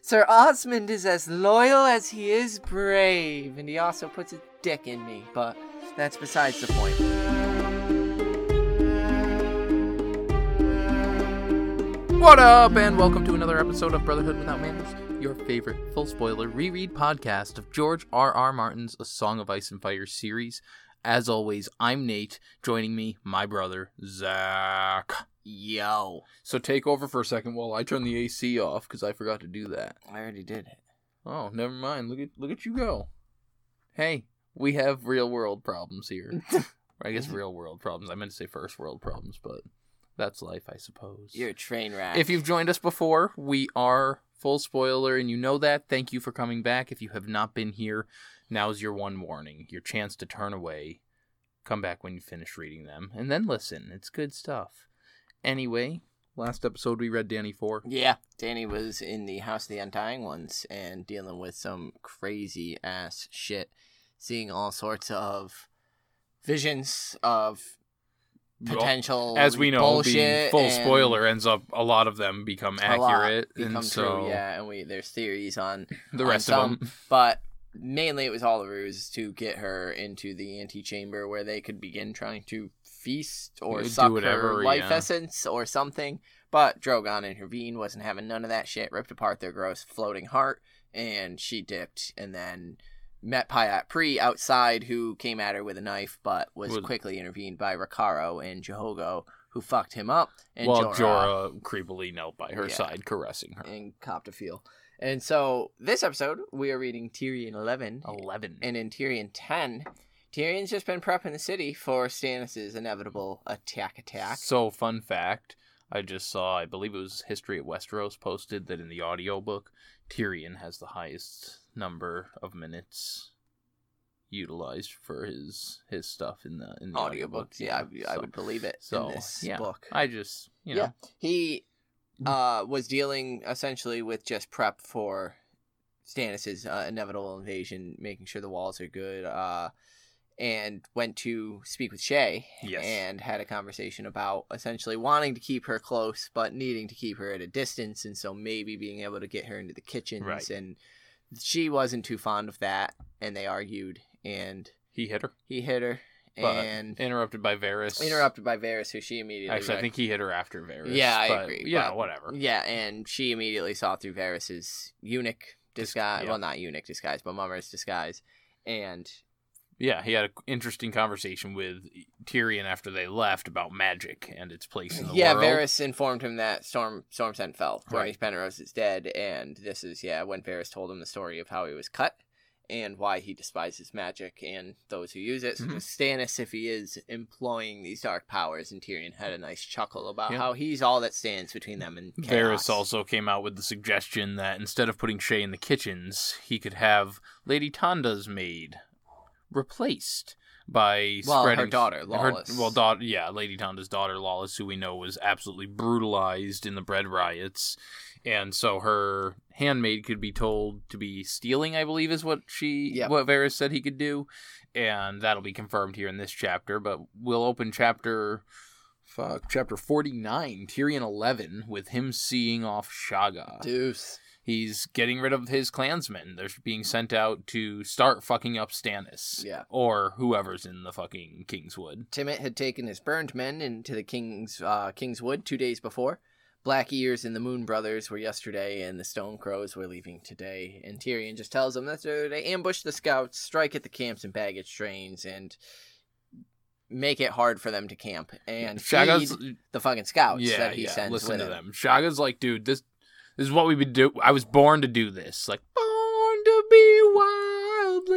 Sir Osmond is as loyal as he is brave, and he also puts a dick in me, but that's besides the point. What up, and welcome to another episode of Brotherhood Without Manners, your favorite full spoiler reread podcast of George R. R. Martin's A Song of Ice and Fire series. As always, I'm Nate. Joining me, my brother, Zach. Yo, So take over for a second while I turn the AC off because I forgot to do that. I already did it. Oh, never mind. Look at look at you go. Hey, we have real world problems here. Or I guess real world problems. I meant to say first world problems, but that's life, I suppose. You're a train wreck. If you've joined us before, we are full spoiler, and you know that. Thank you for coming back. If you have not been here, now's your one warning, your chance to turn away. Come back when you finish reading them, and then listen. It's good stuff. Anyway, last episode we read Danny Four. Yeah, Danny was in the House of the Undying Ones and dealing with some crazy ass shit, seeing all sorts of visions of potential as we know, bullshit being full and spoiler ends up a lot of them become a Uh, lot accurate, become and so true, yeah, and we there's theories on the on rest some, of them. but mainly it was all a ruse to get her into the antechamber where they could begin trying to feast or Do suck whatever, her life yeah. essence or something. But Drogon intervened, wasn't having none of that shit, ripped apart their gross floating heart, and she dipped and then met Pyat Pri outside who came at her with a knife but was Was- quickly intervened by Ricaro and Jehogo who fucked him up and Jorah While Jorah creepily knelt by her Yeah. side, caressing her. and copped a feel. And so this episode we are reading Tyrion 11 Eleven. and in Tyrion 10, Tyrion's just been prepping the city for Stannis' inevitable attack attack. So, fun fact I just saw, I believe it was History of Westeros posted that in the audiobook, Tyrion has the highest number of minutes utilized for his his stuff in the in the audiobook. Audiobooks, yeah, I, I so- would believe it so, in this yeah. book. I Mm-hmm. just, you know, Yeah. He uh, was dealing essentially with just prep for Stannis' uh, inevitable invasion, making sure the walls are good, uh, and went to speak with Shay Yes. and had a conversation about essentially wanting to keep her close but needing to keep her at a distance, and so maybe being able to get her into the kitchens. Right. And she wasn't too fond of that, and they argued, and he hit her. he hit her, But and interrupted by Varys. interrupted by Varys, who she immediately Actually, I rec- think he hit her after Varys. Yeah, I but, agree, Yeah, but- whatever. Yeah, and she immediately saw through Varys's eunuch Dis- disguise. yeah. Well, not eunuch disguise, but Mummer's disguise. And Yeah, he had an interesting conversation with Tyrion after they left about magic and its place in the yeah, world. Varys informed him that Storm Storm Scent fell. Right. Right. Penrose is dead, and this is yeah when Varys told him the story of how he was cut and why he despises magic and those who use it. So Mhm. Stannis, if he is employing these dark powers, and Tyrion had a nice chuckle about Yeah. how he's all that stands between them and chaos. Varys also came out with the suggestion that instead of putting Shay in the kitchens, he could have Lady Tonda's maid replaced by Well, her spreading daughter, Lawless. well, daughter, yeah, Lady Tonda's daughter Lawless, who we know was absolutely brutalized in the bread riots, and so her handmaid could be told to be stealing. I believe is what she, Yep. what Varys said he could do, and that'll be confirmed here in this chapter. But we'll open chapter Fuck. Chapter 49, Tyrion 11, with him seeing off Shaga. Deuce. He's getting rid of his clansmen. They're being sent out to start fucking up Stannis. Yeah. Or whoever's in the fucking Kingswood. Timmit had taken his burned men into the King's uh, King's Wood two days before. Black Ears and the Moon Brothers were yesterday, and the Stone Crows were leaving today. And Tyrion just tells them that they're- they ambush the scouts, strike at the camps and baggage trains, and make it hard for them to camp and Shaga's feed the fucking scouts yeah, that he yeah. sends Listen with to him. them. Shaga's like, dude, this this is what we would do. I was born to do this. Like born to be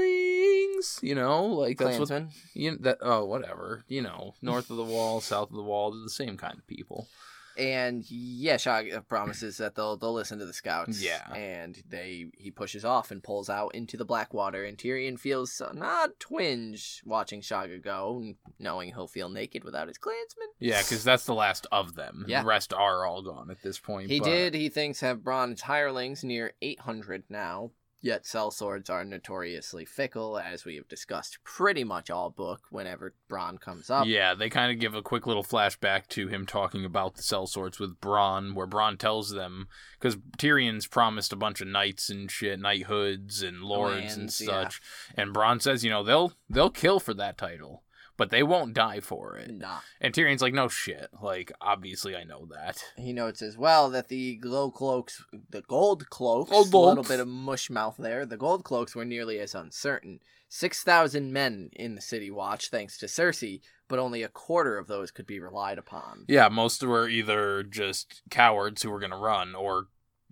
wildlings. You know, like that's what Klansmen. you that oh whatever. You know, north of the wall, south of the wall, they're the same kind of people. And yeah, Shaga promises that they'll they'll listen to the scouts. Yeah. and they he pushes off and pulls out into the Blackwater, and Tyrion feels an odd twinge watching Shaga go, and knowing he'll feel naked without his clansmen. Yeah, because that's the last of them. Yeah. The rest are all gone at this point. He but- did. He thinks have bronze hirelings near eight hundred now, Yet cell swords are notoriously fickle, as we have discussed pretty much all book whenever Braun comes up. Yeah, they kind of give a quick little flashback to him talking about the cell swords with Braun, where Braun tells them because Tyrion's promised a bunch of knights and shit, knighthoods and lords and Lands, yeah. such, and Braun says, you know, they'll they'll kill for that title, but they won't die for it. Nah. And Tyrion's like, no shit, like obviously I know that. He notes as well that the glow cloaks, the gold cloaks, Gold a little cloaks. bit of mush mouth there. The gold cloaks were nearly as uncertain. Six thousand men in the city watch, thanks to Cersei, but only a quarter of those could be relied upon. Yeah, most were either just cowards who were gonna run, or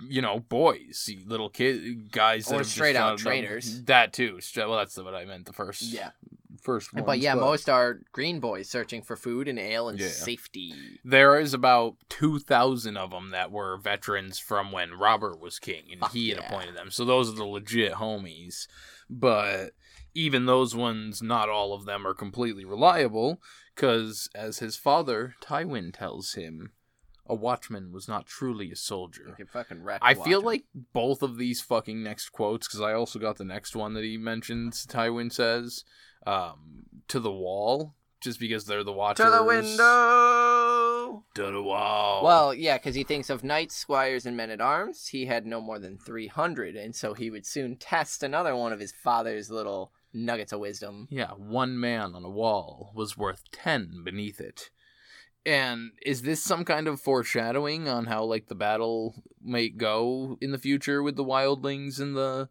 you know, boys, little kid guys, that Or have just straight out found out- traitors. That too. Stra- Well, that's what I meant. The first, Yeah, first one. but yeah, most are green boys searching for food and ale and Yeah. safety. There is about two thousand of them that were veterans from when Robert was king, and Fuck he had yeah. appointed them. So those are the legit homies. But even those ones, not all of them are completely reliable, because as his father Tywin tells him, a watchman was not truly a soldier. You can fucking wreck. I feel watching. like both of these fucking next quotes, because I also got the next one that he mentions. Tywin says, um, "To the wall," just because they're the watchers. to the window. To the wall. Well, yeah, because he thinks of knights, squires, and men at arms. He had no more than 300, and so he would soon test another one of his father's little nuggets of wisdom. yeah, one man on a wall was worth ten beneath it. And is this some kind of foreshadowing on how like the battle may go in the future with the wildlings and the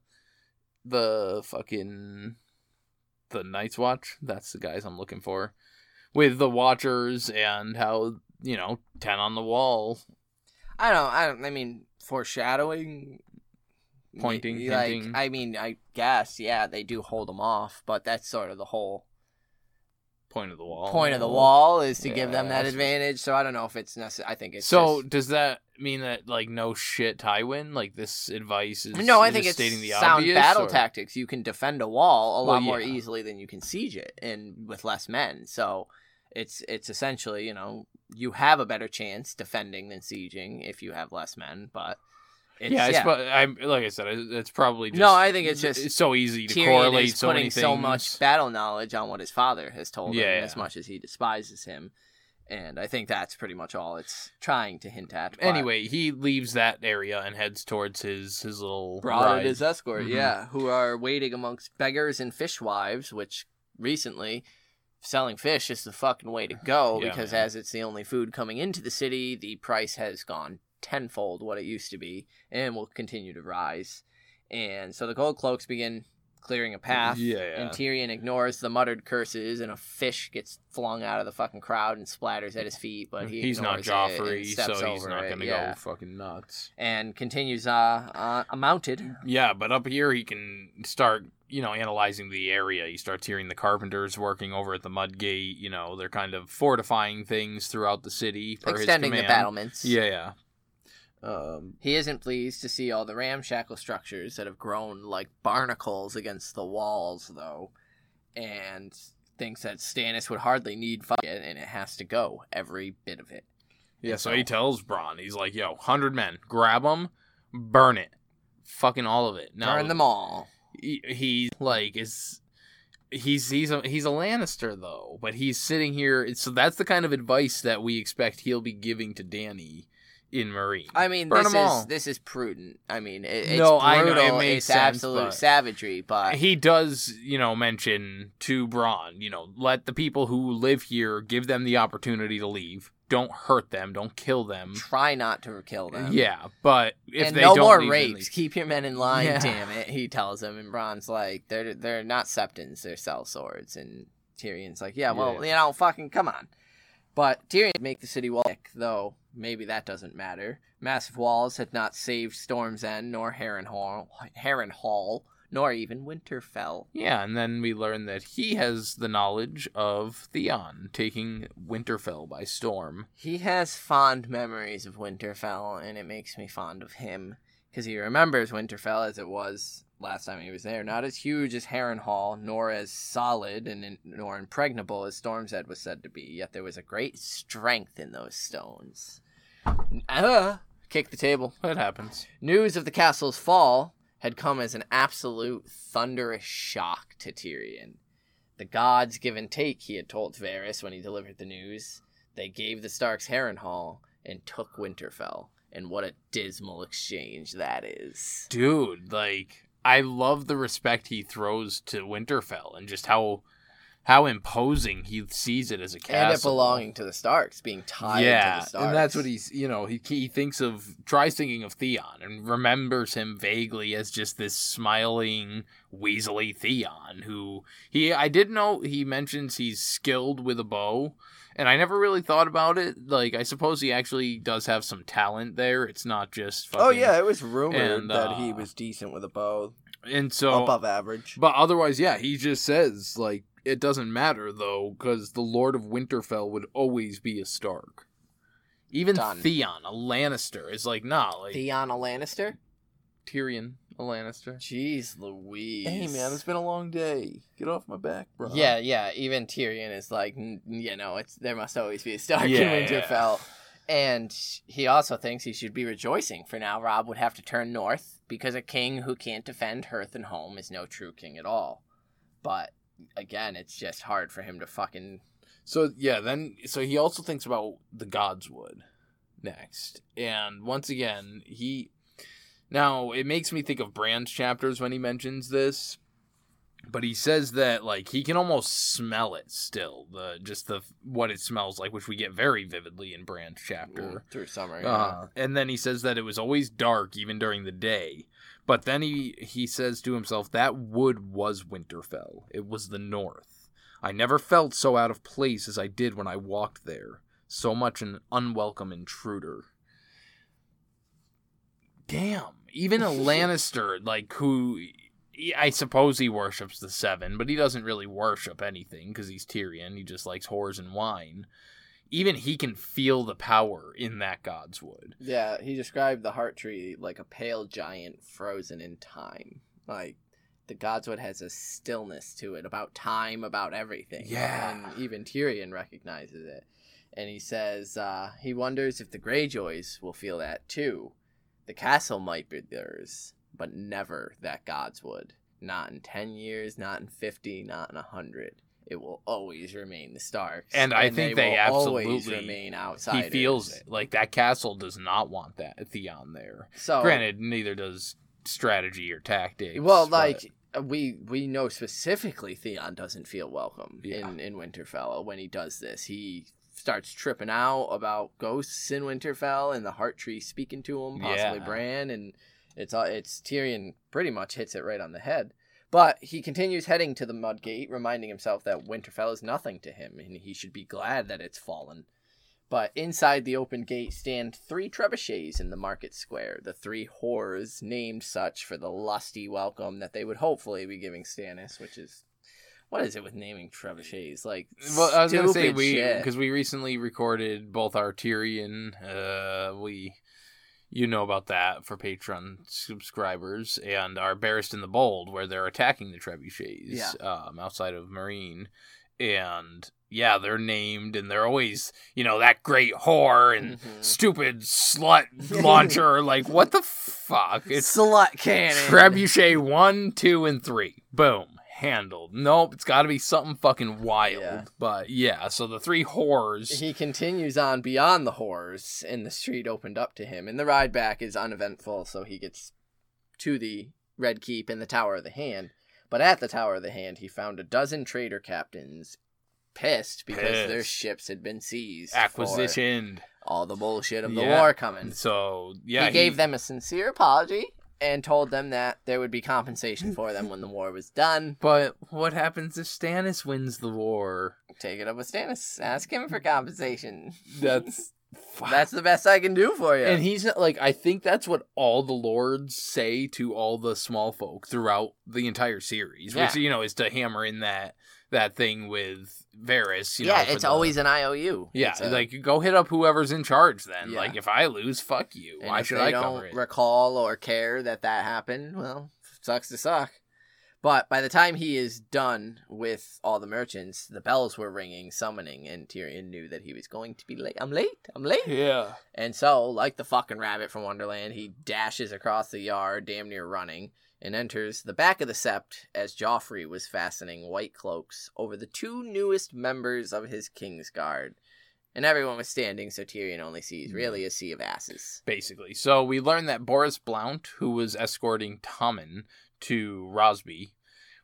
the fucking the Night's Watch? That's the guys I'm looking for. With the Watchers and how, you know, ten on the wall. I don't, I don't, I mean, foreshadowing. Pointing, Y- like, hinting. I mean, I guess, yeah, they do hold him off, but that's sort of the whole Point of the wall. point of the wall is to give them that Yeah, that's- advantage. So I don't know if it's necessary. I think it's so just- does that mean that like no shit Tywin? Like this advice is No, I is think it's stating the sound obvious, battle or- tactics. You can defend a wall a Well, lot more yeah. easily than you can siege it, and with less men. So it's it's essentially you know you have a better chance defending than sieging if you have less men. But it's, yeah, yeah, it's Pro- I'm like I said, I- it's probably just, No, I think it's just so easy to Tyrion correlate is so putting many so things. much battle knowledge on what his father has told Yeah. him, as much as he despises him. And I think that's pretty much all it's trying to hint at. but- Anyway, he leaves that area and heads towards his his little Brought ride. and his escort, Mhm. yeah, who are waiting amongst beggars and fishwives, which recently selling fish is the fucking way to go Yeah, because man. as it's the only food coming into the city, the price has gone tenfold what it used to be and will continue to rise. And so the gold cloaks begin clearing a path. Yeah, And Tyrion ignores the muttered curses, and a fish gets flung out of the fucking crowd and splatters at his feet. But he he's not ignores it and Joffrey, so steps he's over not it, gonna yeah, go fucking nuts. And continues uh, uh, mounted Yeah, but up here he can start, you know, analyzing the area. He starts hearing the carpenters working over at the mud gate. You know, they're kind of fortifying things throughout the city. Per extending his the command. battlements. Yeah, yeah. Um, He isn't pleased to see all the ramshackle structures that have grown like barnacles against the walls, though, and thinks that Stannis would hardly need fuck it, and it has to go every bit of it. Yeah, And so he tells Braun, he's like, "Yo, hundred men, grab them, burn it, fucking all of it." Now burn them all. he- he's like, is he's he's a he's a Lannister though, but he's sitting here. it's- So that's the kind of advice that we expect he'll be giving to Danny in Marine. I mean, Burn this 'em is all. this is prudent. I mean, it, it's No, brutal. I know, it makes it's sense, absolute but- savagery, but he does, you know, mention to Braun, you know, let the people who live here give them the opportunity to leave. Don't hurt them. Don't kill them. try not to kill them. Yeah, but if and they no don't more leave, then rapes. leave. Keep your men in line, Yeah. damn it. He tells him, and Bron's like, they're they're not septons, they're cell swords. And Tyrion's like, yeah, well, you Yeah. know, fucking come on. But Tyrion make the city wall thick, though maybe that doesn't matter. Massive walls had not saved Storm's End nor Harrenhal, Harrenhal nor even Winterfell. Yeah, and then we learn that he has the knowledge of Theon taking Winterfell by storm. He has fond memories of Winterfell, and it makes me fond of him because he remembers Winterfell as it was last time he was there. Not as huge as Harrenhal, nor as solid and in, nor impregnable as Storm's Edge was said to be. Yet there was a great strength in those stones. Ah, kick the table. That happens. News of the castle's fall had come as an absolute thunderous shock to Tyrion. The gods give and take, he had told Varys when he delivered the news. They gave the Starks Harrenhal and took Winterfell. And what a dismal exchange that is. dude like i love the respect he throws to winterfell and just how how imposing he sees it as a castle And it belonging to the Starks, being tied to yeah the Starks. and that's what he's you know he, he thinks of tries thinking of theon and remembers him vaguely as just this smiling weaselly theon who he i did know he mentions he's skilled with a bow and i never really thought about it like i suppose he actually does have some talent there it's not just fucking, Oh yeah, it was rumored and, that he uh, was decent with a bow, and so above average. But otherwise, yeah, he just says like it doesn't matter though, because the Lord of Winterfell would always be a Stark. Even Done. Theon, a Lannister, is like nah, like Theon Lannister. Tyrion, a Lannister. Jeez, Louise. been a long day. Get off my back, bro. Yeah, yeah. Even Tyrion is like, "N- you know, it's there must always be a Stark Yeah, in yeah. Winterfell, and he also thinks he should be rejoicing. For now, Rob would have to turn north because a king who can't defend hearth and home is no true king at all. But again, it's just hard for him to fucking So yeah, then so he also thinks about the Godswood next, and once again he. Now it makes me think of Brand's chapters when he mentions this, but he says that like he can almost smell it still the just the what it smells like, which we get very vividly in Brand's chapter. through summer. Uh, and then he says that it was always dark even during the day. But then he he says to himself that wood was Winterfell. It was the north. I never felt so out of place as I did when I walked there. So much an unwelcome intruder. Damn. Even a Lannister like who I suppose he worships the Seven, but he doesn't really worship anything because he's Tyrion. He just likes whores and wine even he can feel the power in that god's wood. Yeah, he described the heart tree like a pale giant frozen in time. Like the godswood has a stillness to it about time, about everything. Yeah. And even Tyrion recognizes it. And he says uh, he wonders if the Greyjoys will feel that too. The castle might be theirs, but never that godswood. Not in 10 years, not in 50, not in 100. It will always remain the Starks. And I think they will always absolutely- remain outsiders. He feels it. Like that castle does not want that Theon there. So Granted, neither does strategy or tactics. Well, but- like uh we we know specifically, Theon doesn't feel welcome Yeah. in in Winterfell when he does this. He starts tripping out about ghosts in Winterfell and the Heart Tree speaking to him, possibly Yeah. Bran, and it's all it's Tyrion pretty much hits it right on the head. But he continues heading to the Mudgate, reminding himself that Winterfell is nothing to him, and he should be glad that it's fallen. But inside the open gate stand three trebuchets in the market square, the three whores named such for the lusty welcome that they would hopefully be giving Stannis, which is what is it with naming trebuchets? Like well, I was gonna say stupid we shit. because we recently recorded both our Tyrion. Uh, we, you know about that for Patreon subscribers and our Barristan the Bold, where they're attacking the trebuchets Yeah. um, outside of Marine, and yeah, they're named and they're always you know that great whore and Mhm. stupid slut launcher. like what the fuck? It's slut cannon. Trebuchet one, two, and three. Boom. Handled. Nope, it's got to be something fucking wild. Yeah. But yeah, so the three whores. He continues on beyond the whores, and the street opened up to him. And the ride back is uneventful, so he gets to the Red Keep and the Tower of the Hand. But at the Tower of the Hand, he found a dozen trader captains pissed because their Pissed. ships had been seized. for acquisitioned. all the bullshit of the Yeah. war coming. So yeah, he gave them a sincere apology and told them that there would be compensation for them when the war was done. But what happens if Stannis wins the war? Take it up with Stannis. Ask him for compensation. That's That's the best I can do for you. And he's like, I think that's what all the lords say to all the small folk throughout the entire series, which Yeah. you know is to hammer in that that thing with Varys. You know, yeah, for it's the- always an IOU. Yeah, It's a- like go hit up whoever's in charge then. Yeah. Like if I lose, fuck you. and Why if should they I don't cover it? recall or care that that happened? Well, sucks to suck. But by the time he is done with all the merchants, the bells were ringing, summoning, and Tyrion knew that he was going to be late. I'm late. I'm late. Yeah. And so, like the fucking rabbit from Wonderland, he dashes across the yard, damn near running, and enters the back of the sept as Joffrey was fastening white cloaks over the two newest members of his king's guard. And everyone was standing, so Tyrion only sees really a sea of asses. Basically. So we learned that Boris Blount, who was escorting Tommen to Rosby,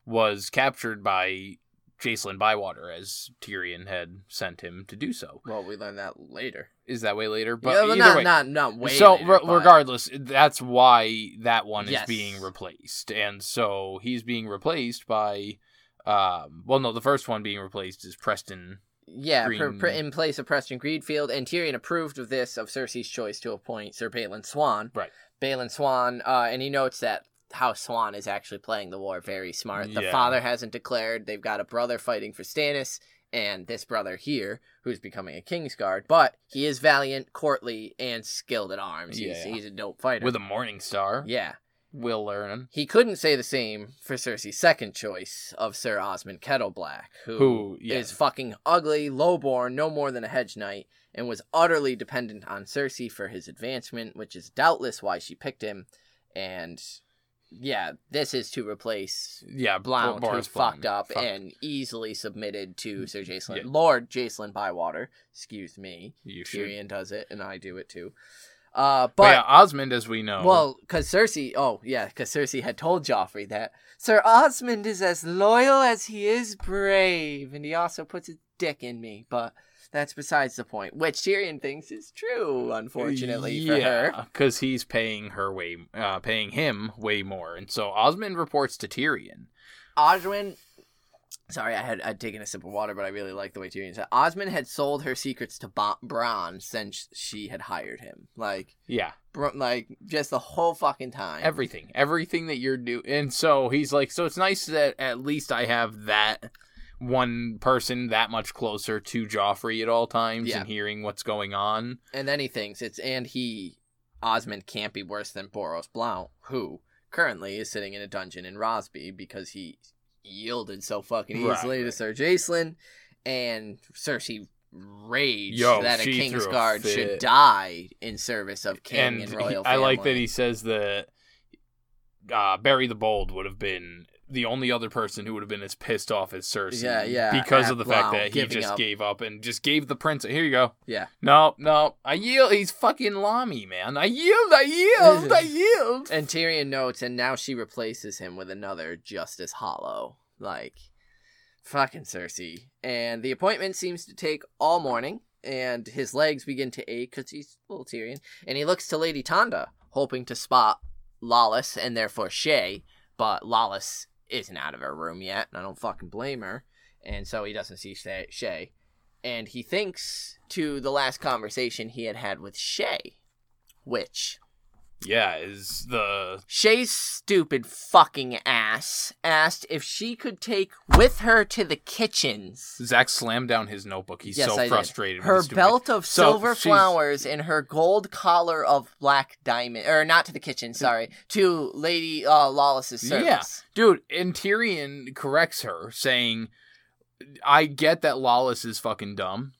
was captured by Jacelyn Bywater as Tyrion had sent him to do so. Well, we learned that later. Is that way later? But Yeah, well, either not, way, not not way. so later, re- but- regardless, that's why that one Yes. is being replaced, and so he's being replaced by, um, well, no, the first one being replaced is Preston. Yeah, per, per, Green- in place of Preston Greenfield, and Tyrion approved of this of Cersei's choice to appoint Sir Balin Swan. Right. Balin Swan, uh, and he notes that how Swan is actually playing the war very smart. The Yeah. father hasn't declared. They've got a brother fighting for Stannis, and this brother here who's becoming a King's Guard, but he is valiant, courtly, and skilled at arms. He's, Yeah. he's a dope fighter. with a morning star. yeah. We'll learn He couldn't say the same for Cersei's second choice of Sir Osmond Kettleblack, who, who yeah, is fucking ugly, lowborn, no more than a hedge knight, and was utterly dependent on Cersei for his advancement, which is doubtless why she picked him. And yeah, this is to replace yeah, Bo- Blount, Boris who Blount. fucked up Fuck. and easily submitted to Sir Jacelyn, Yeah. Lord Jacelyn Bywater. Excuse me, you should. Tyrion does it, and I do it too. Uh, But but yeah, Osmond, as we know, well, because Cersei, oh yeah, because Cersei had told Joffrey that Sir Osmond is as loyal as he is brave, and he also puts his dick in me. But that's besides the point, which Tyrion thinks is true, unfortunately for her. because he's paying her way, uh, paying him way more, and so Osmond reports to Tyrion. Oswin, sorry, I had I'd taken a sip of water, but I really like the way Tyrion said. Osmond had sold her secrets to Bo- Bronn since she had hired him, like, Yeah, bro- like just the whole fucking time. everything, everything that you're doing, and so he's like, so it's nice that at least I have that one person that much closer to Joffrey at all times Yeah. and hearing what's going on. and then he thinks it's and he Osmond can't be worse than Boros Blount, who currently is sitting in a dungeon in Rosby because he yielded so fucking Right, easily to right. Sir Jacelyn, and Cersei raged Yo, that a she king's threw a guard fit. should die in service of king and, he- royal. I like that family. he says that uh, Barry the Bold would have been the only other person who would have been as pissed off as Cersei. Yeah, yeah, Because at of the fact Blount that he giving just up. gave up and just gave the prince. Here you go. Yeah. No, no. I yield. He's fucking Lami, man. I yield. I yield. I yield. And Tyrion notes, and now she replaces him with another just as hollow. Like, fucking Cersei. And the appointment seems to take all morning, and his legs begin to ache because he's little Tyrion. And he looks to Lady Tonda, hoping to spot Lawless and therefore Shay, but Lawless isn't out of her room yet, and I don't fucking blame her. And so he doesn't see Shay. Shay. And he thinks to the last conversation he had had with Shay, which Yeah, is the Shay's stupid fucking ass asked if she could take with her to the kitchens Zach slammed down his notebook. He's Yes, so I did. frustrated. with her his stupid- belt of So, silver she's- flowers and her gold collar of black diamond, or not to the kitchen, sorry, to Lady uh, Lawless's Yeah. service. Dude, and Tyrion corrects her, saying, I get that Lawless is fucking dumb.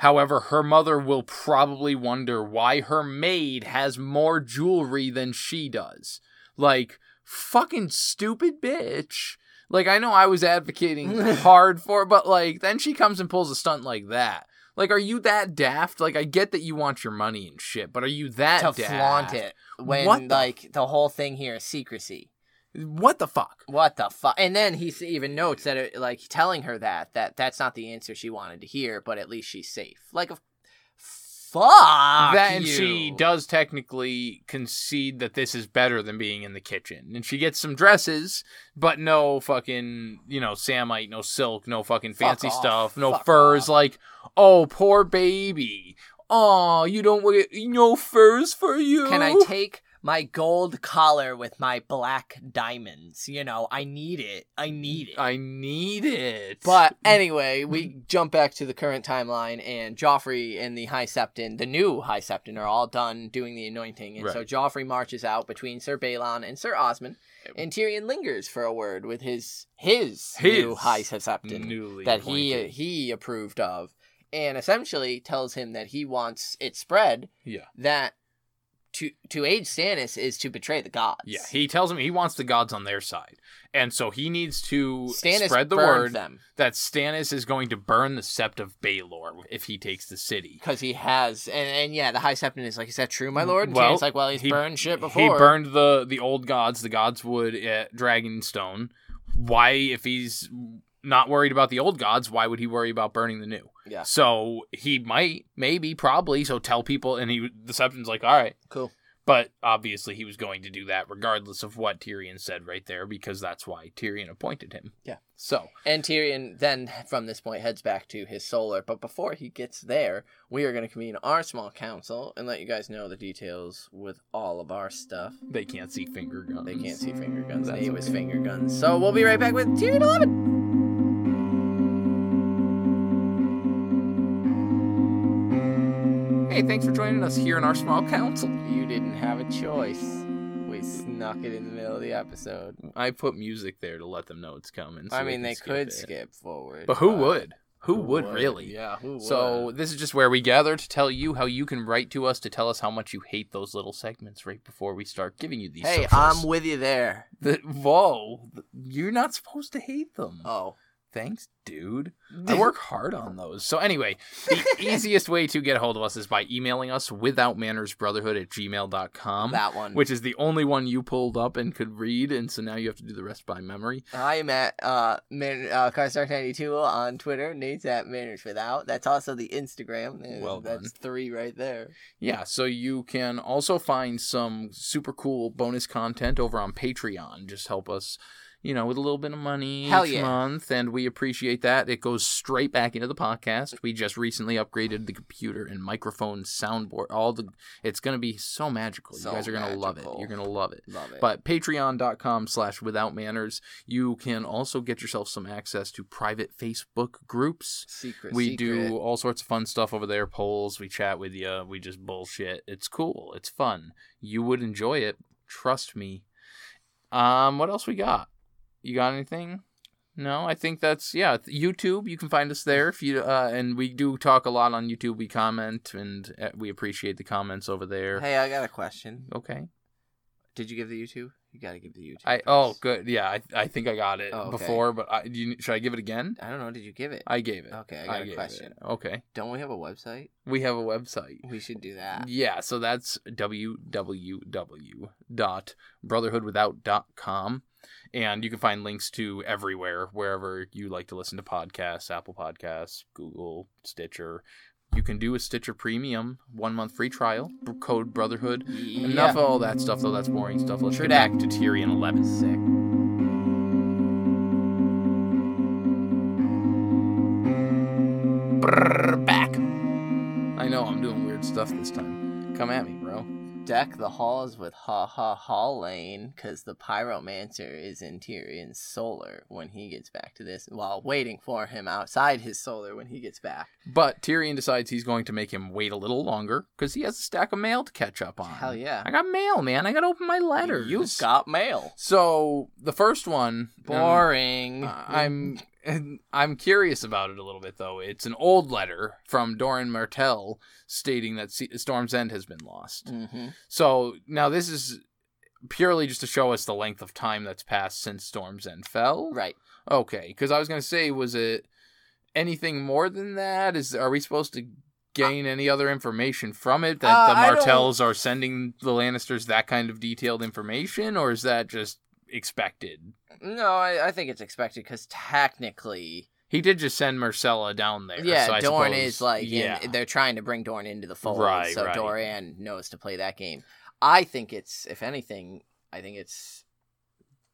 However, her mother will probably wonder why her maid has more jewelry than she does. Like, fucking stupid bitch. Like, I know I was advocating hard for it, but like, then she comes and pulls a stunt like that. Like, are you that daft? Like, I get that you want your money and shit, but are you that to flaunt daft? it when What the- like the whole thing here is secrecy. What the fuck? What the fuck? And then he s- even notes that it, like telling her that that that's not the answer she wanted to hear, but at least she's safe. Like a fuck that and you. she does technically concede that this is better than being in the kitchen and she gets some dresses but no fucking you know samite no silk no fucking Fuck fancy off. stuff no Fuck furs off. like oh poor baby oh you don't want no furs for you Can I take my gold collar with my black diamonds. You know, I need it. I need it. I need it. But anyway, Mm-hmm. we jump back to the current timeline, and Joffrey and the High Septon, the new High Septon, are all done doing the anointing, and so Right. Joffrey marches out between Sir Balon and Sir Osmond, and Tyrion lingers for a word with his his, new His High Septon newly that appointed. he he approved of, and essentially tells him that he wants it spread yeah that to to aid Stannis is to betray the gods. yeah he tells him he wants the gods on their side, and so he needs to Stannis spread the burned word them that Stannis is going to burn the sept of Baelor if he takes the city. because he has, and, and yeah, the High Septon is like, is that true, my lord? And Well, Tyrion's like, Mm, well, he's he- burned shit before. He burned the the old gods, the godswood at Dragonstone. Why, if he's not worried about the old gods, why would he worry about burning the new? Yeah. So he might, maybe, probably. So tell people, and he the Septon's like, all right, Cool. But obviously, he was going to do that regardless of what Tyrion said right there, because that's why Tyrion appointed him. Yeah. So And Tyrion then, from this point, heads back to his solar. But before he gets there, we are going to convene our small council and let you guys know the details with all of our stuff. they can't see finger guns. They can't see finger guns. That's They was finger guns. So we'll be right back with Tyrion 11. Hey, thanks for joining us here in our small council. You didn't have a choice. We snuck it in the middle of the episode. I put music there to let them know it's coming. so I mean, can they could it. skip forward. But who would? Who, would, really? Yeah, who would? So this is just where we gather to tell you how you can write to us to tell us how much you hate those little segments right before we start giving you these. hey, socials. I'm with you there. The, whoa, you're not supposed to hate them. Oh. Thanks, dude. I work hard on those. So anyway, the easiest way to get a hold of us is by emailing us withoutmannersbrotherhood at gmail.com, that one. which is the only one you pulled up and could read, and so now you have to do the rest by memory. I'm at uh, man, uh Carstark92 on Twitter. Nate's at Manners Without. That's also the Instagram. Uh, Well done. That's three right there. Yeah, so you can also find some super cool bonus content over on Patreon. Just help us, you know, with a little bit of money Hell each yeah. month, and we appreciate that. It goes straight back into the podcast. We just recently upgraded the computer and microphone, soundboard, all the. It's gonna be so magical. So you guys are gonna love it. magical. You're gonna love it. Love it. But patreon.com slash without manners. You can also get yourself some access to private Facebook groups secret. we secret. do all sorts of fun stuff over there polls we chat with you we just bullshit it's cool it's fun you would enjoy it trust me um what else we got you got anything no i think that's yeah th- youtube you can find us there if you uh and we do talk a lot on youtube we comment and uh, we appreciate the comments over there Hey, I got a question. okay Did you give the YouTube? You gotta give the YouTube. i oh first. good yeah i, I think i got it Oh, okay. before but i do you, should i give it again I don't know. Did you give it? i gave it okay, I got gave a it. question. okay Don't we have a website? we have a website We should do that. Yeah, so that's www.brotherhoodwithout.com. And you can find links to everywhere, wherever you like to listen to podcasts Apple Podcasts, Google, Stitcher. You can do a Stitcher Premium one month free trial, b- code Brotherhood. Enough of all that stuff, though. That's boring stuff. Let's True get dat. back to Tyrion 11. Sick. Brrr, back. I know, I'm doing weird stuff this time. Come at me, bro. Deck the halls with ha ha ha lane, because the pyromancer is in Tyrion's solar when he gets back to this, while waiting for him outside his solar when he gets back. But Tyrion decides he's going to make him wait a little longer because he has a stack of mail to catch up on. Hell yeah. I got mail, man. I got to open my letters. You've got mail. So the first one, um, Boring. uh, I'm I'm curious about it a little bit though. It's an old letter from Doran Martell stating that Se- Storm's End has been lost. hmm So now this is purely just to show us the length of time that's passed since Storm's End fell. Right. Okay, because I was gonna say, was it anything more than that? Is are we supposed to gain any other information from it that Uh, the I don't- Martells are sending the Lannisters that kind of detailed information, or is that just expected? No, I, I think it's expected because technically, He did just send Marcella down there. yeah, so I Dorn suppose- is like, yeah, in, they're trying to bring Dorn into the fold, Right, so right. Doran knows to play that game. I think it's, if anything, I think it's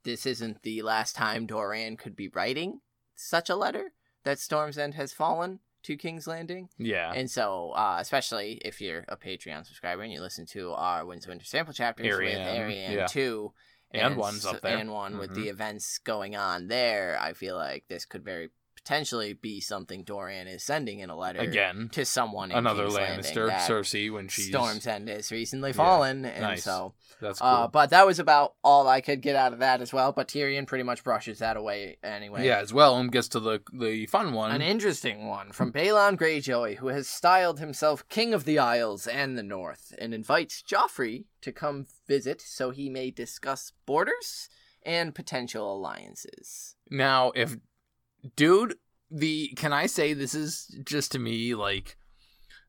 this isn't the last time Doran could be writing such a letter that Storm's End has fallen. to King's Landing. Yeah. And so, uh, especially if you're a Patreon subscriber and you listen to our Winds of Winter sample chapters with Ariane, Ariane yeah. 2 And, s- one's up there. And one with Mhm. the events going on there, I feel like this could very potentially be something Dorian is sending in a letter Mm-hmm. Again, to someone in another King's Lannister, Landing that Cersei, when she's. Storm's End is recently Yeah, fallen, and nice. so. That's cool. Uh, but that was about all I could get out of that as well. But Tyrion pretty much brushes that away anyway. yeah, as well, and gets to the the fun one. An interesting one from Balon Greyjoy, who has styled himself King of the Isles and the North, and invites Joffrey to come visit so he may discuss borders and potential alliances. Now, if dude, the can I say this is just to me like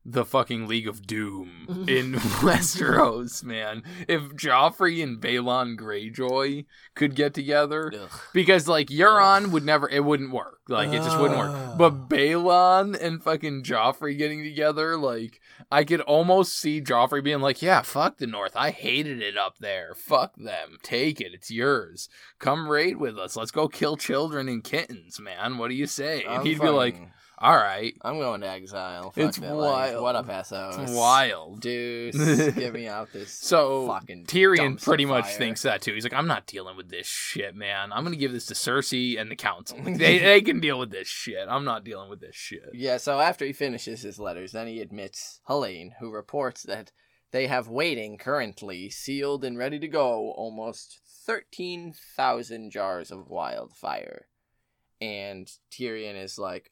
the fucking League of Doom in Westeros, man. If Joffrey and Balon Greyjoy could get together, because like Euron would never, it wouldn't work. Like it just wouldn't work. Ah. But Balon and fucking Joffrey getting together, like I could almost see Joffrey being like, "Yeah, fuck the North. I hated it up there. Fuck them. Take it. It's yours. Come raid with us. Let's go kill children and kittens, man. What do you say?" And I'm he'd be like, fucking- "All right, I'm going to exile. Fuck It's that life. wild. What up, assos? it's wild." Deuce, get me out this. So fucking Tyrion dumpster pretty much fire. thinks that too. He's like, I'm not dealing with this shit, man. I'm gonna give this to Cersei and the council. Like, they they can deal with this shit. I'm not dealing with this shit. Yeah, so after he finishes his letters, then he admits Helene, who reports that they have waiting currently, sealed and ready to go, almost 13,000 jars of wildfire. And Tyrion is like,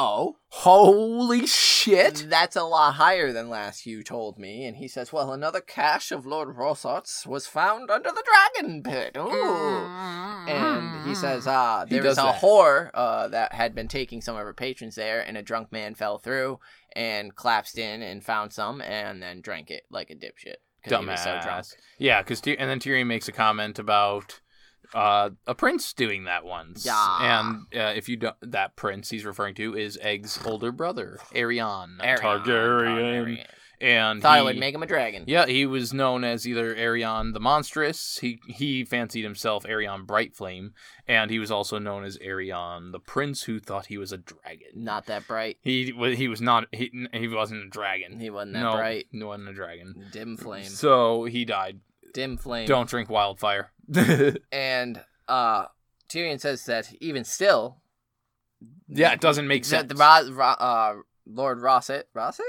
Oh, Holy shit! that's a lot higher than last you told me. And he says, Well, another cache of Lord Rosot's was found under the dragon pit. Ooh. And he says, ah, He there was a does that. whore uh, that had been taking some of her patrons there, and a drunk man fell through and collapsed in and found some and then drank it like a dipshit. 'cause he was so drunk. Dumbass. Yeah, because Ty- and then Tyrion makes a comment about uh, a prince doing that once. Yeah. And uh, if you don't, that prince he's referring to is Egg's older brother, Aerion Arion, Targaryen. And Thought I he- would make him a dragon. Yeah, he was known as either Arion the Monstrous. He he fancied himself Arion Brightflame, and he was also known as Arion the Prince, who thought he was a dragon. Not that bright. He wa- he was not he, he wasn't a dragon. He wasn't that no, bright. he wasn't a dragon. Dim flame. So he died. Dim flame. Don't drink wildfire. yeah, And uh, Tyrion says that even still, it doesn't make that sense. the Ro- Ro- uh, Lord Rosset, Rosset,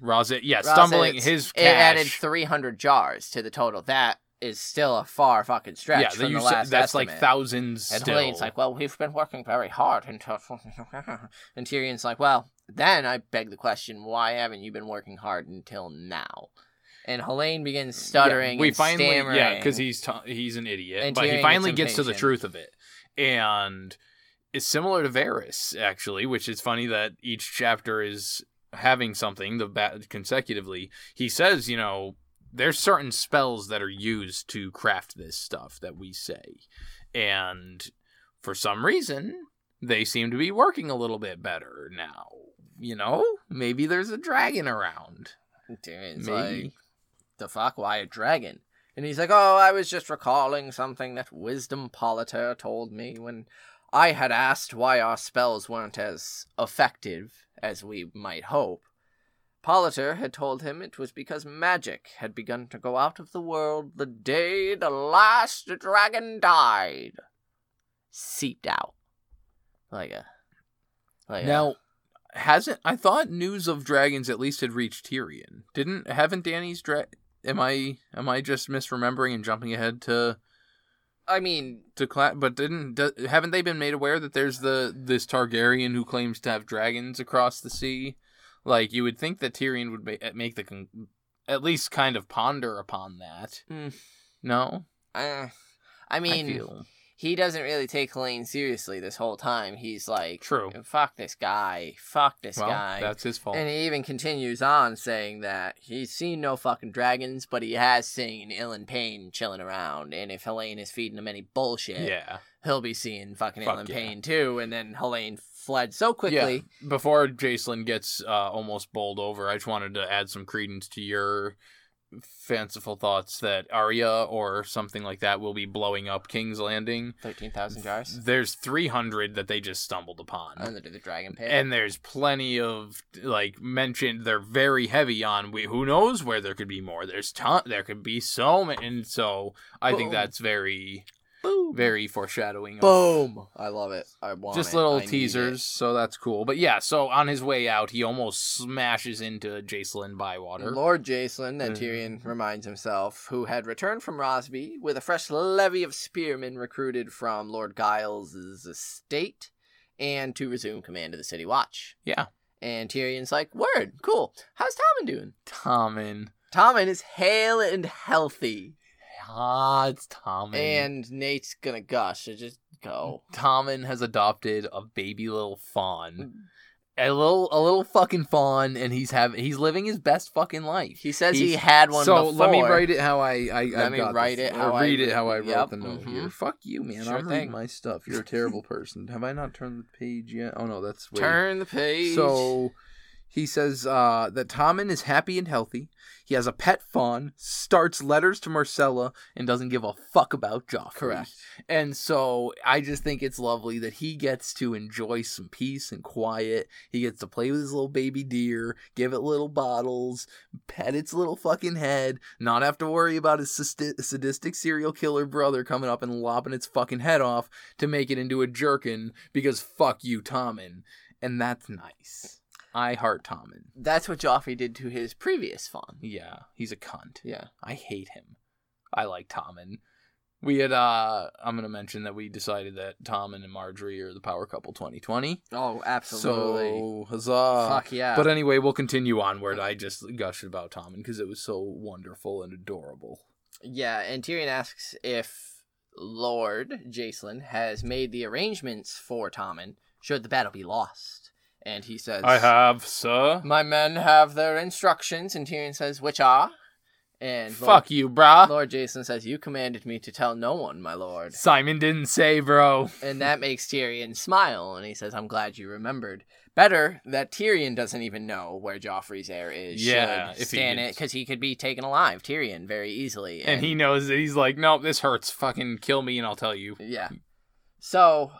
Rosette, yeah, Ross stumbling adds- his It added cash. 300 jars to the total. That is still a far fucking stretch yeah, from you the said- last that's estimate. like thousands. And still. Helene's like, well, we've been working very hard. And, and Tyrion's like, well, then I beg the question, why haven't you been working hard until now? And Helene begins stuttering Mm, Yeah, we and finally, stammering. yeah, because he's t- he's an idiot, And but Tyrion he gets finally gets to the impatient. truth of it, and it's similar to Varys actually, which is funny that each chapter is having something the ba- consecutively. He says, you know, there's certain spells that are used to craft this stuff that we say, and for some reason they seem to be working a little bit better now. You know, maybe there's a dragon around. Tyrion's maybe. like, the fuck? Why a dragon? And he's like, oh, I was just recalling something that Wisdom Politer told me when I had asked why our spells weren't as effective as we might hope. Politer had told him it was because magic had begun to go out of the world the day the last dragon died. Seeped out. Like a. Like uh, a- Now, hasn't I thought news of dragons at least had reached Tyrion? Didn't haven't Danny's dra- Am I am I just misremembering and jumping ahead to I mean, to cla- But didn't do, haven't they been made aware that there's the this Targaryen who claims to have dragons across the sea? Like you would think that Tyrion would ma- make the con- at least kind of ponder upon that. Mm. No, uh, I mean. feel. he doesn't really take Helene seriously this whole time. He's like, True. fuck this guy, fuck this well, guy. that's his fault. And he even continues on saying that he's seen no fucking dragons, but he has seen ill and pain chilling around. And if Helene is feeding him any bullshit, yeah. he'll be seeing fucking ill Fuck and yeah. pain too. And then Helene fled so quickly. Yeah, before Jacelyn gets uh, almost bowled over, I just wanted to add some credence to your fanciful thoughts that Arya or something like that will be blowing up King's Landing. Thirteen thousand jars. There's 300 that they just stumbled upon. And the, the dragon pit. and there's plenty of like mentioned they're very heavy on we, who knows where there could be more there's ton there could be so many and so i think Boom. that's very boom, very foreshadowing of- boom. I love it. I want just it. I little need it. teasers so that's cool but yeah so on his way out he almost smashes into jacelyn bywater Lord Jacelyn and Mm. Tyrion reminds himself, who had returned from Rosby with a fresh levy of spearmen recruited from Lord Giles' estate and to resume command of the City Watch. Yeah. And Tyrion's like, Word, cool. How's Tommen doing? tommen Tommen is hale and healthy. ah it's tommen And Nate's gonna gush. So just go. Tommen has adopted a baby little fawn, a little a little fucking fawn, and he's having he's living his best fucking life. He says he He's- had one so before. let me write it how I I, I Let me got write this. it Or how I read re- it mm-hmm. how I wrote Yep, the note mhm. here. Fuck you, man! Sure I'm thing. reading my stuff. You're a terrible person. Have I not turned the page yet? Oh no, that's way Turn the page. so he says uh, that Tommen is happy and healthy. He has a pet fawn, starts letters to Marcella, and doesn't give a fuck about Joffrey. Correct. And so I just think it's lovely that he gets to enjoy some peace and quiet. He gets to play with his little baby deer, give it little bottles, pet its little fucking head, not have to worry about his sasti- sadistic serial killer brother coming up and lopping its fucking head off to make it into a jerkin because fuck you, Tommen. And that's nice. I heart Tommen. That's what Joffrey did to his previous fawn. Yeah, he's a cunt. Yeah. I hate him. I like Tommen. We had uh I'm gonna mention that we decided that Tommen and Marjorie are the power couple 2020. Oh, absolutely. So huzzah! Fuck yeah. But anyway, we'll continue onward. I just gushed about Tommen because it was so wonderful and adorable. Yeah, and Tyrion asks if Lord Jacelyn has made the arrangements for Tommen should the battle be lost. And he says, have, sir. My men have their instructions. And Tyrion says, Which are? And Lord, Fuck you, brah. Lord Jacelyn says, You commanded me to tell no one, my lord. Simon didn't say, bro. And that makes Tyrion smile. And he says, I'm glad you remembered. Better that Tyrion doesn't even know where Joffrey's heir is. Yeah, should if he Stan it did. because he could be taken alive, Tyrion, very easily. And he knows that he's like, nope, this hurts. Fucking kill me, and I'll tell you. Yeah. So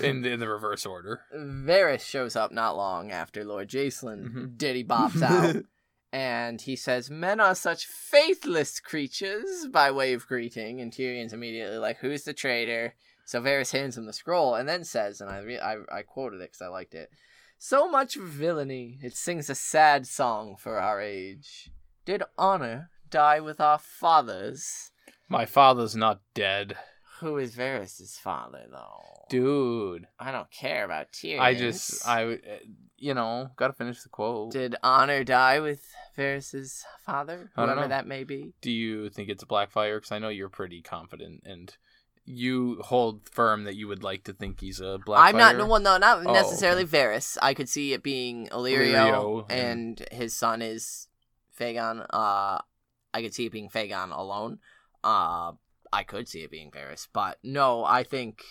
In the, in the reverse order. Varys shows up not long after Lord Jacelyn Mhm. diddy bops out. And he says, Men are such faithless creatures by way of greeting. And Tyrion's immediately like, Who's the traitor? So Varys hands him the scroll and then says, and I, re- I, I quoted it because I liked it So much villainy, it sings a sad song for our age. Did honor die with our fathers? My father's not dead, Who is Varys' father, though? dude. I don't care about tears. I just, I, uh, you know, gotta finish the quote. did honor die with Varys's father, I don't whoever know. that may be. Do you think it's a Blackfire? Because I know you're pretty confident, and you hold firm that you would like to think he's a Blackfire. I'm not well, no, not Oh, necessarily Varys. I could see it being Illyrio, Illyrio, and his son is Fagon. Uh, I could see it being Fagon alone. Uh, I could see it being Varys, but no, I think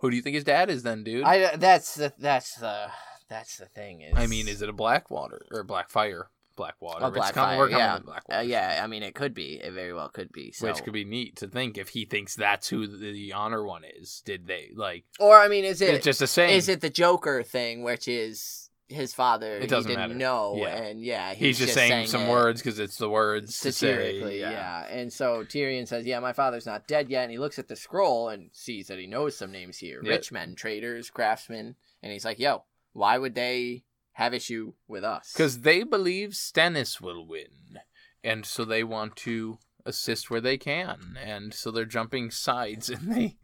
Who do you think his dad is then, dude? I, I uh, that's the that's the that's the thing. Is mean, is it a Blackwater or Blackfire? Blackwater. A It's coming- we're Blackfire, coming yeah. with Blackwater. Uh, yeah, I mean, it could be. It very well could be. So. Which could be neat to think if he thinks that's who the honor one is. Did they like? or I mean, is it it's just a saying. Is it the Joker thing, which is his father? It doesn't he didn't matter. know, Yeah. and yeah, He's, just, saying, some it words because it's the words to say, satirically, yeah. And so Tyrion says, "Yeah, my father's not dead yet." And he looks at the scroll and sees that he knows some names here: Yeah. rich men, traders, craftsmen, and he's like, "Yo, why would they have issue with us?" Because they believe Stannis will win, and so they want to assist where they can, and so they're jumping sides, and they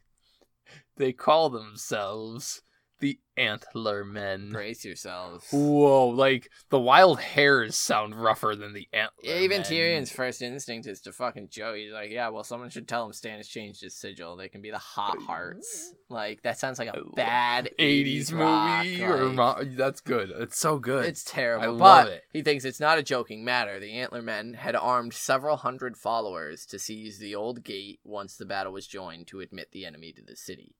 they call themselves the Antler Men. brace yourselves. Whoa! Like the wild hares sound rougher than the Antler. Even Men. Tyrion's first instinct is to fucking Joe. He's like, "Yeah, well, someone should tell him Stannis changed his sigil. They can be the Hot Hearts." Like that sounds like a Oh. bad '80s rock, movie, or like- mo- that's good. It's so good. It's terrible. I love but it. he thinks it's not a joking matter. The Antler Men had armed several hundred followers to seize the old gate once the battle was joined to admit the enemy to the city.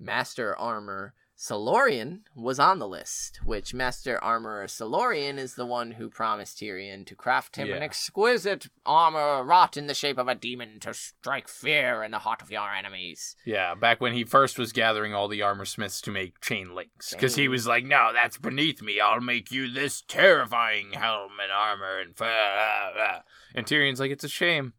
Master Armor Solorian was on the list, which Master Armorer Solorian is the one who promised Tyrion to craft him an Yeah. exquisite armor wrought in the shape of a demon to strike fear in the heart of your enemies. Yeah, back when he first was gathering all the armor smiths to make chain links. Because he Dang. was like, no, that's beneath me. I'll make you this terrifying helm and armor and. fa-" And Tyrion's like, it's a shame.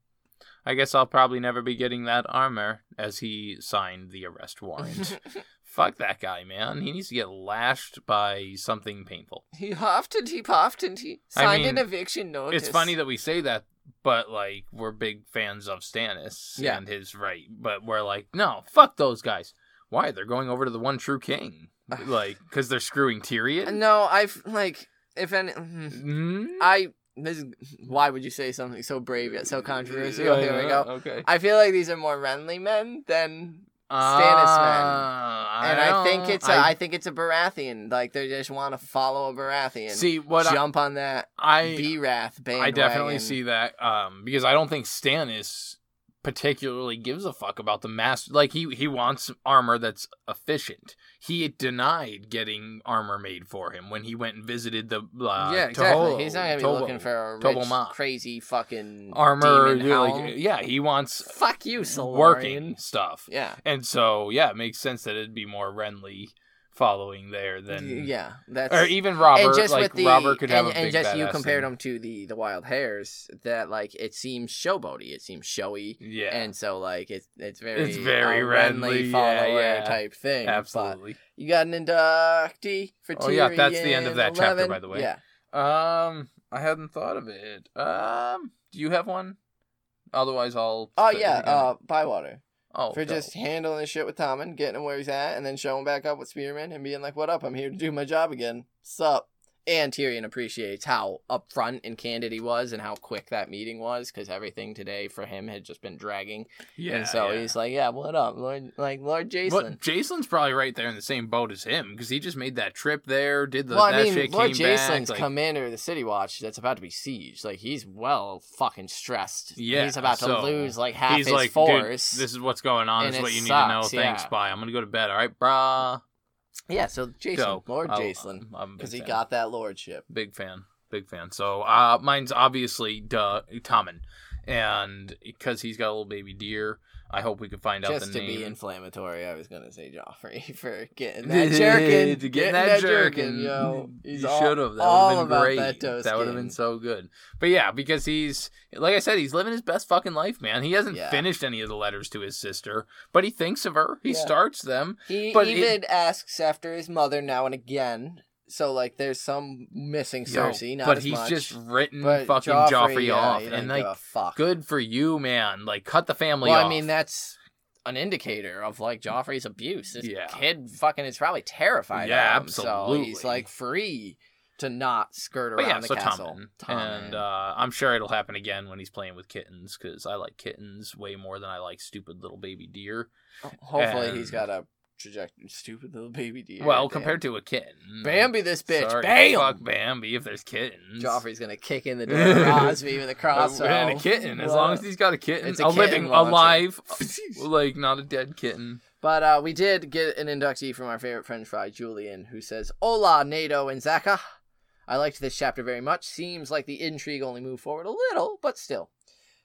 I guess I'll probably never be getting that armor as he signed the arrest warrant. Fuck that guy, man. He needs to get lashed by something painful. He huffed and he puffed and he I signed an mean, eviction notice. It's funny that we say that, but like we're big fans of Stannis Yeah. and his right, but we're like, no, fuck those guys. Why they're going over to the one true king? Like, because they're screwing Tyrion. No, I've like if any, mhm. Mm? I this. is- Why would you say something so brave yet so controversial? Yeah, Here we yeah, go. Okay. I feel like these are more Renly men than Ah, and I think know. it's a, I think it's a Baratheon. Like they just want to follow a Baratheon. see what I- jump on that I B Wrath bandwagon. I definitely see that um, because I don't think Stannis particularly gives a fuck about the master. Like he he wants armor that's efficient. He denied getting armor made for him when he went and visited the uh, yeah, exactly. Toho- He's not gonna be Tobo- looking for a Tobo rich, Ma. crazy fucking armor. Demon yeah, like, helm. yeah, he wants Fuck you, Solarian. working stuff, Yeah. and so yeah, it makes sense that it'd be more Renly following there than yeah, that's or even Robert. and just like with the Robert could have and, a big and just you badass compared thing. them to the the wild hares that like it seems showboaty, it seems showy, Yeah, and so like it's it's very It's very uh, Renly, yeah, follower yeah. type thing. but- absolutely. You got an inductee for Tyrion. Oh, yeah, that's the end of that chapter, 11. by the way. Yeah. Um, I hadn't thought of it. Um, do you have one? Otherwise, I'll. Oh put it yeah, together. uh, Bywater oh, for dope. just handling his shit with Tommen, getting him where he's at, and then showing back up with Spearman and being like, "What up? I'm here to do my job again. Sup." And Tyrion appreciates how upfront and candid he was, and how quick that meeting was, because everything today for him had just been dragging. yeah. and so yeah. he's like, "Yeah, what up, Lord? Like Lord Jason." But Jason's probably right there in the same boat as him because he just made that trip there, did the well, I that mean, shit, Lord came Jason's back. like- commander of the City Watch that's about to be sieged. Like he's well fucking stressed. Yeah, he's about to so lose like half he's his like, dude, force. this is what's going on. and This is it what you need to know. sucks, Thanks, yeah. bye. I'm gonna go to bed. All right, brah. Yeah, so Jason, Dope. Lord I'll- Jason, I'm a big because he fan. got that lordship. Big fan. Big fan. So uh, mine's obviously duh, Tommen. And because he's got a little baby deer, I hope we can find out Just to the name. be inflammatory, I was gonna say Joffrey for getting that jerkin, To getting that jerkin. yo. He's you all- should have. That all would have been about great. that dose would have game. been so good. But yeah, because he's like I said, he's living his best fucking life, man. He hasn't Yeah. finished any of the letters to his sister, but he thinks of her. He Yeah. starts them. He But it- even asks after his mother now and again. So like, there's some missing Yo, Cersei, not but as he's much. just written but fucking Joffrey, Joffrey, yeah, off, he doesn't and like, give a fuck. good for you, man. Like, cut the family Well, off. I mean, that's an indicator of like Joffrey's abuse. This Yeah. kid fucking is probably terrified. Yeah, of him, So he's absolutely. like free to not skirt But around yeah, the so castle. Tommen. Tommen. And uh, I'm sure it'll happen again when he's playing with kittens because I like kittens way more than I like stupid little baby deer. Hopefully, he's and- got a trajectory. Stupid little baby deer. well, damn. compared to a kitten. Bambi, this bitch. Sorry, Bam. Fuck Bambi if there's kittens. Joffrey's gonna kick in the door. to Crosby with a Uh, crossbow. and a kitten, as long as he's got a kitten, It's a, a kitten living, launcher. alive, like not a dead kitten. But uh, we did get an inductee from our favorite French fry, Julian, who says, Hola, Nato and Zaka. I liked this chapter very much. Seems like the intrigue only moved forward a little, but still.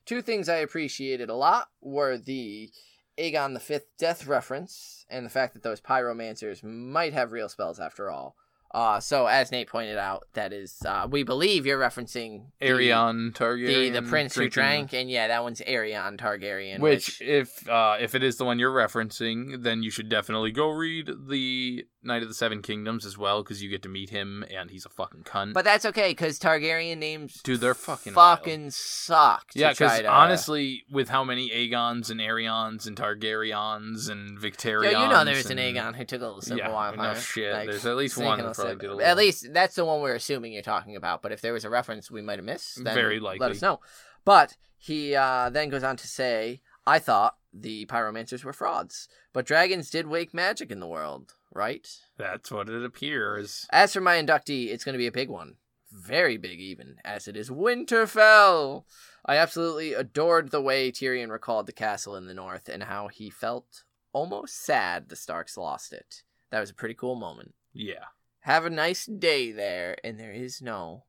Two things I appreciated a lot were the Aegon the Fifth death reference and the fact that those pyromancers might have real spells after all. Uh, so, as Nate pointed out, that is, uh, we believe you're referencing the- Arion Targaryen, the, the prince who drinking- drank, and yeah, that one's Arion Targaryen. Which, if uh, if it is the one you're referencing, then you should definitely go read the Knight of the Seven Kingdoms as well, because you get to meet him, and he's a fucking cunt. But that's okay because Targaryen names, Mm. Dude, they're fucking fucking suck. to yeah, try because to- honestly, with how many Aegons and Arions and Targaryens and Victarions, Yo, you know there's an and- Aegon who took a little sip Yeah, of wildfire. no shit. Like, There's at least sneaking one a that little probably sip. did a At little- least that's the one we're assuming you're talking about. But if there was a reference we might have missed, then Very let likely. us know. But he uh, then goes on to say, "I thought the pyromancers were frauds, but dragons did wake magic in the world, right?" That's what it appears. As for my inductee, it's going to be a big one. Very big, even, as it is Winterfell. I absolutely adored the way Tyrion recalled the castle in the north and how he felt almost sad the Starks lost it. That was a pretty cool moment. Yeah. Have a nice day there, and there is no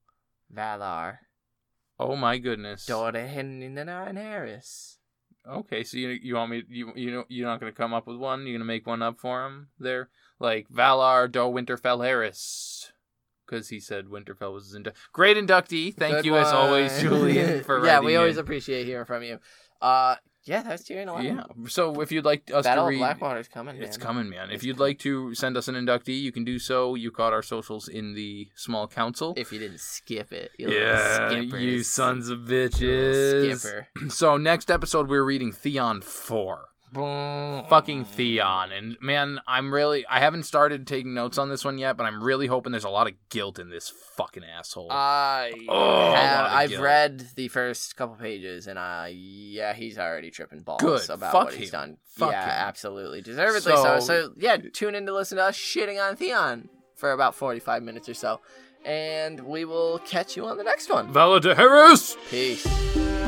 Valar. Oh my goodness. Daughter Harris. Okay, so you you want me you you know you're not gonna come up with one? You're gonna make one up for him there, like Valar Do Winterfell Harris, because he said Winterfell was his indu- great inductee. Thank Good you as always, one. Julian, for yeah. writing We always in. appreciate hearing from you. Uh, yeah, that's Tyrion Eleven. yeah. So if you'd like us Battle to of read, Blackwater's coming. it's man. coming, man. If It's you'd coming. like to send us an inductee, you can do so. You caught our socials in the small council. If you didn't skip it, you little yeah, skippers. you sons of You little bitches. skipper. So next episode, we're reading Theon four. fucking Theon. And man, I'm really I haven't started taking notes on this one yet, but I'm really hoping there's a lot of guilt in this fucking asshole. I Oh, have, what a I've guilt. read the first couple pages, and uh, yeah, he's already tripping balls Good. about Fuck what he's him. done. Fuck yeah, him. absolutely, deservedly so, So- so. yeah, tune in to listen to us shitting on Theon for about forty-five minutes or so, and we will catch you on the next one. Valid to Harris! Peace.